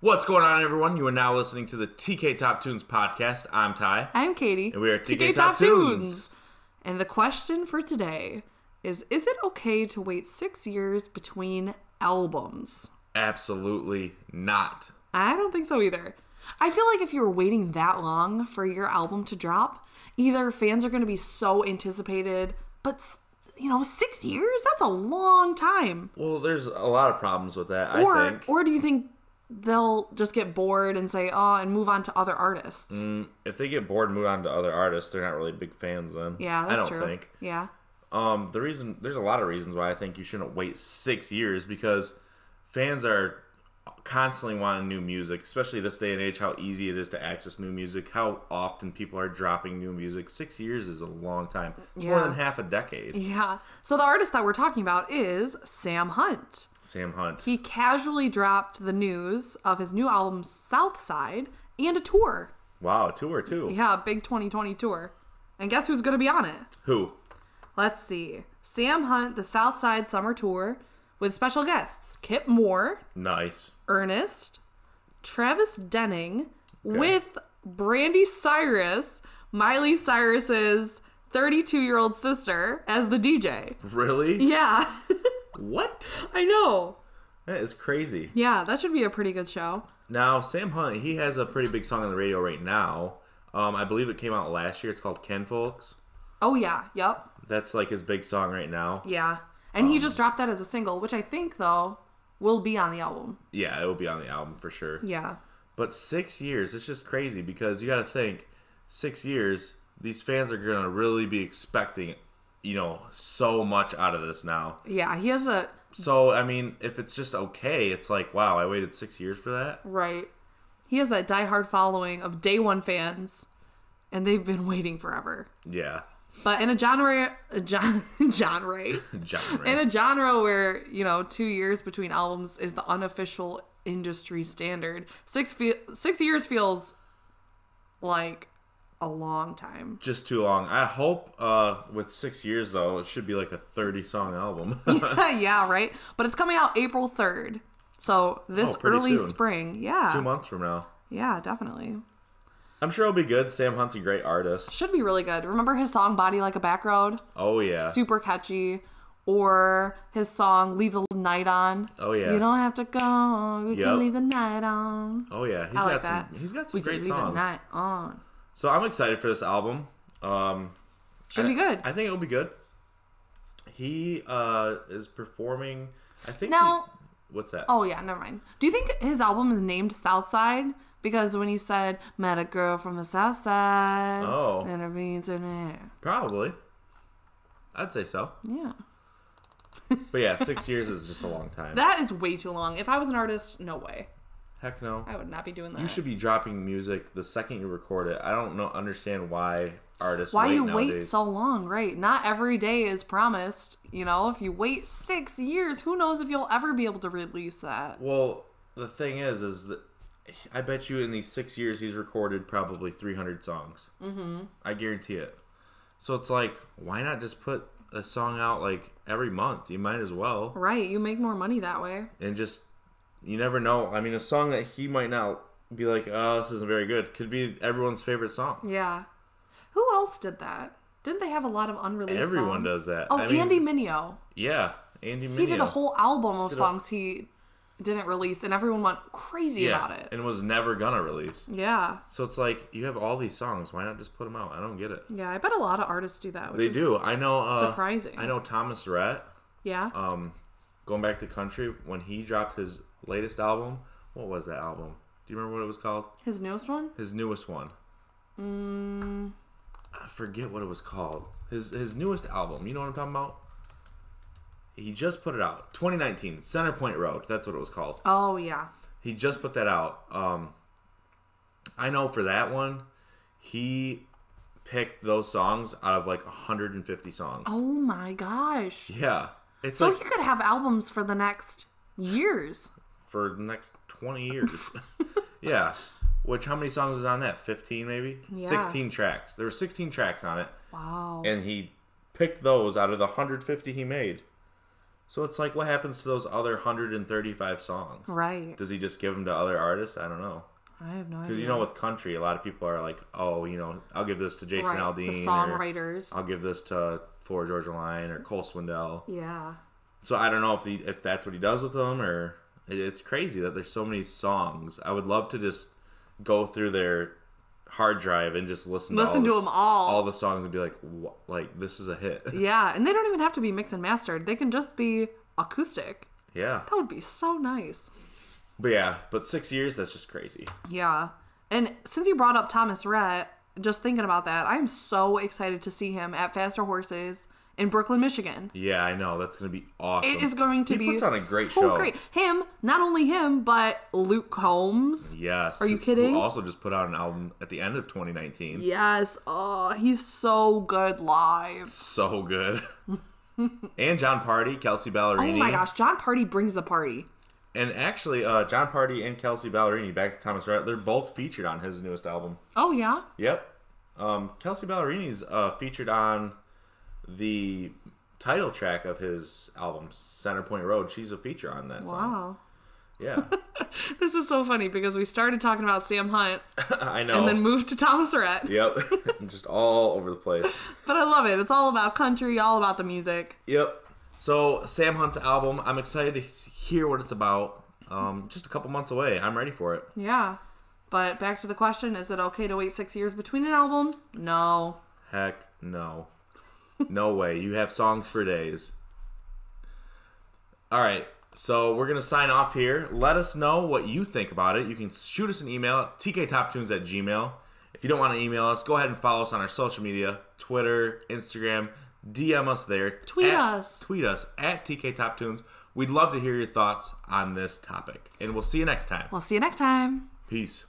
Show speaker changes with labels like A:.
A: What's going on, everyone? You are now listening to the TK Top Tunes podcast. I'm Ty,
B: I'm Katie.
A: and we are TK, Top, Tunes.
B: And the question for today is Is it okay to wait six years between albums?
A: Absolutely not.
B: I don't think so either. I feel like if you're waiting that long for your album to drop, either fans are going to be so anticipated, but s- you know, six years? That's a long time.
A: Well, there's a lot of problems with that. I
B: Or,
A: think
B: or do you think they'll just get bored and say, oh, and move on to other artists?
A: Mm, if they get bored and move on to other artists, they're not really big fans. Then,
B: Yeah, that's
A: I don't
B: true.
A: think.
B: Yeah.
A: Um, the reason there's a lot of reasons why I think you shouldn't wait six years because fans are constantly wanting new music, especially this day and age. How easy it is to access new music, how often people are dropping new music. Six years is a long time. It's more
B: Yeah.
A: than half a decade.
B: Yeah. So the artist that we're talking about is Sam Hunt.
A: Sam Hunt.
B: He casually dropped the news of his new album Southside and a tour.
A: Wow, a tour too.
B: Yeah, a big 2020 tour. And guess who's going to be on it?
A: Who?
B: Let's see. Sam Hunt, the Southside Summer Tour with special guests Kip Moore,
A: Nice.
B: Ernest, Travis Denning with Brandy Cyrus, Miley Cyrus's 32 year old sister, as the DJ.
A: Really?
B: Yeah,
A: What?
B: I know.
A: That is crazy.
B: Yeah, that should be a pretty good show.
A: Now, Sam Hunt, he has a pretty big song on the radio right now. Um, I believe it came out last year. It's called Ken Folks.
B: Oh, yeah, yep,
A: That's like his big song right now.
B: yeah. And he just dropped that as a single, which I think, though, will be on the album.
A: Yeah, it will be on the album for sure.
B: Yeah.
A: But six years, it's just crazy because you got to think six years, these fans are going to really be expecting, you know, so much out of this now.
B: Yeah, he has a.
A: So, I mean, if it's just okay, it's like, wow, I waited six years for that.
B: Right. He has that diehard following of day one fans, and they've been waiting forever.
A: Yeah.
B: But in a genre, a gen- genre,
A: Genre.
B: in a genre where you know two years between albums is the unofficial industry standard, six fe- six years feels like a long time.
A: just too long. I hope uh, with six years though, it should be like a thirty song album.
B: yeah, right. But it's coming out April third, so this
A: Oh, pretty
B: early
A: soon.
B: spring. Yeah,
A: Two months from now,
B: yeah, definitely
A: I'm sure it'll be good. Sam Hunt's a great artist.
B: should be really good. Remember his song "Body Like a Back Road."
A: Oh yeah,
B: super catchy. Or his song "Leave the Night On."
A: Oh, yeah.
B: You don't have to go. We
A: Yep.
B: can leave the night on.
A: oh yeah. He's
B: I
A: got
B: like
A: some.
B: that.
A: He's got some
B: We can
A: great
B: leave the
A: songs.
B: night on.
A: So I'm excited for this album. Um,
B: Should be good.
A: I think it'll be good. He uh, is performing. I think
B: Now-
A: he- what's that?
B: oh yeah, never mind. Do you think his album is named Southside? Because when he said "Met a girl from the South Side,"
A: Oh.
B: and it means in air.
A: Probably. I'd say so.
B: Yeah,
A: But yeah, six years is just a long time.
B: that is way too long. If I was an artist, no way,
A: Heck no.
B: I would not be doing that.
A: You should be dropping music the second you record it. I don't know understand why artists
B: Why
A: wait
B: you
A: nowadays.
B: wait so long, right? Not every day is promised. You know, if you wait six years, who knows if you'll ever be able to release that?
A: Well, the thing is, is that I bet you in these six years he's recorded probably 300 songs. Mm-hmm. I guarantee it. So it's like, why not just put a song out like every month? You might as well,
B: Right, you make more money that way.
A: and just you never know. I mean, a song that he might not be like, oh, this isn't very good, could be everyone's favorite song.
B: Yeah. Who else did that? Didn't they have a lot of unreleased
A: Everyone
B: songs?
A: does that.
B: Oh,
A: I mean-
B: Andy Mineo.
A: Yeah, Andy.
B: He did a
A: Mineo.
B: whole album of songs he didn't release, and everyone went crazy
A: yeah,
B: about it.
A: and was never gonna release.
B: Yeah.
A: So it's like you have all these songs. Why not just put them out? I don't get it.
B: Yeah, I bet a lot of artists do that. Which
A: They
B: is,
A: do. I know. Uh,
B: surprising.
A: I know Thomas Rhett.
B: Yeah.
A: Um, going back to country when he dropped his latest album. What was that album? Do you remember what it was called?
B: His newest one?
A: His newest one.
B: Mm.
A: I forget what it was called. His his newest album. You know what I'm talking about? He just put it out. 2019, Center Point Road. That's what it was called.
B: Oh, yeah.
A: He just put that out. Um, I know for that one, he picked those songs out of like 150 songs.
B: Oh, my gosh.
A: Yeah, it's
B: So
A: like
B: he could have albums for the next years.
A: for the next 20 years. yeah, which how many songs is on that? 15 maybe.
B: Yeah.
A: 16 tracks. There were 16 tracks on it,
B: Wow.
A: and he picked those out of the 150 he made. So it's like, what happens to those other 135 songs?
B: Right.
A: Does he just give them to other artists? I don't know.
B: I have no idea.
A: Because you know, with country, a lot of people are like, "Oh, you know, I'll give this to Jason
B: Right,
A: Aldean,
B: the
A: or
B: songwriters.
A: I'll give this to Flora Georgia Line or Cole Swindell."
B: yeah.
A: So I don't know if he, if that's what he does with them, or it, it's crazy that there's so many songs. I would love to just go through their hard drive and just listen
B: Listen
A: to,
B: to
A: all, the s-
B: 'em all.
A: all the songs and be like, "Wha- like this is a hit.
B: Yeah. And they don't even have to be mixed and mastered. They can just be acoustic.
A: yeah,
B: That would be so nice.
A: but yeah, but six years that's just crazy.
B: Yeah. And since you brought up Thomas Rhett, just thinking about that, I'm so excited to see him at Faster Horses in Brooklyn, Michigan.
A: Yeah, I know that's gonna be awesome.
B: It is going to
A: he
B: be
A: puts on a great
B: so
A: show.
B: Great. Him, not only him, but Luke Combs.
A: Yes.
B: Are you
A: who-
B: kidding?
A: Who also just put out an album at the end of 2019.
B: Yes. Oh, he's so good live.
A: So good. and John Party, Kelsey Ballerini.
B: Oh my gosh, John Party brings the party.
A: And actually, uh, John Party and Kelsey Ballerini, back to Thomas Rhett, they're both featured on his newest album.
B: Oh yeah.
A: Yep. Um, Kelsey Ballerini's uh, featured on the title track of his album, Center Point Road. She's a feature on that song.
B: Wow.
A: Yeah.
B: This is so funny because we started talking about Sam Hunt
A: I know.
B: and then moved to Thomas Rhett.
A: yep. just all over the place.
B: But I love it. It's all about country, all about the music.
A: Yep. So Sam Hunt's album, I'm excited to s- hear what it's about. Um, just a couple months away. I'm ready for it.
B: Yeah. But back to the question is it okay to wait six years between an album? No.
A: Heck no. No way. You have songs for days. All right. So we're going to sign off here. Let us know what you think about it. You can shoot us an email at tktoptunes at gmail. If you don't want to email us, go ahead and follow us on our social media Twitter, Instagram. DM us there.
B: Tweet
A: At-
B: us.
A: Tweet us at tktoptunes. We'd love to hear your thoughts on this topic. And we'll see you next time.
B: We'll see you next time.
A: Peace.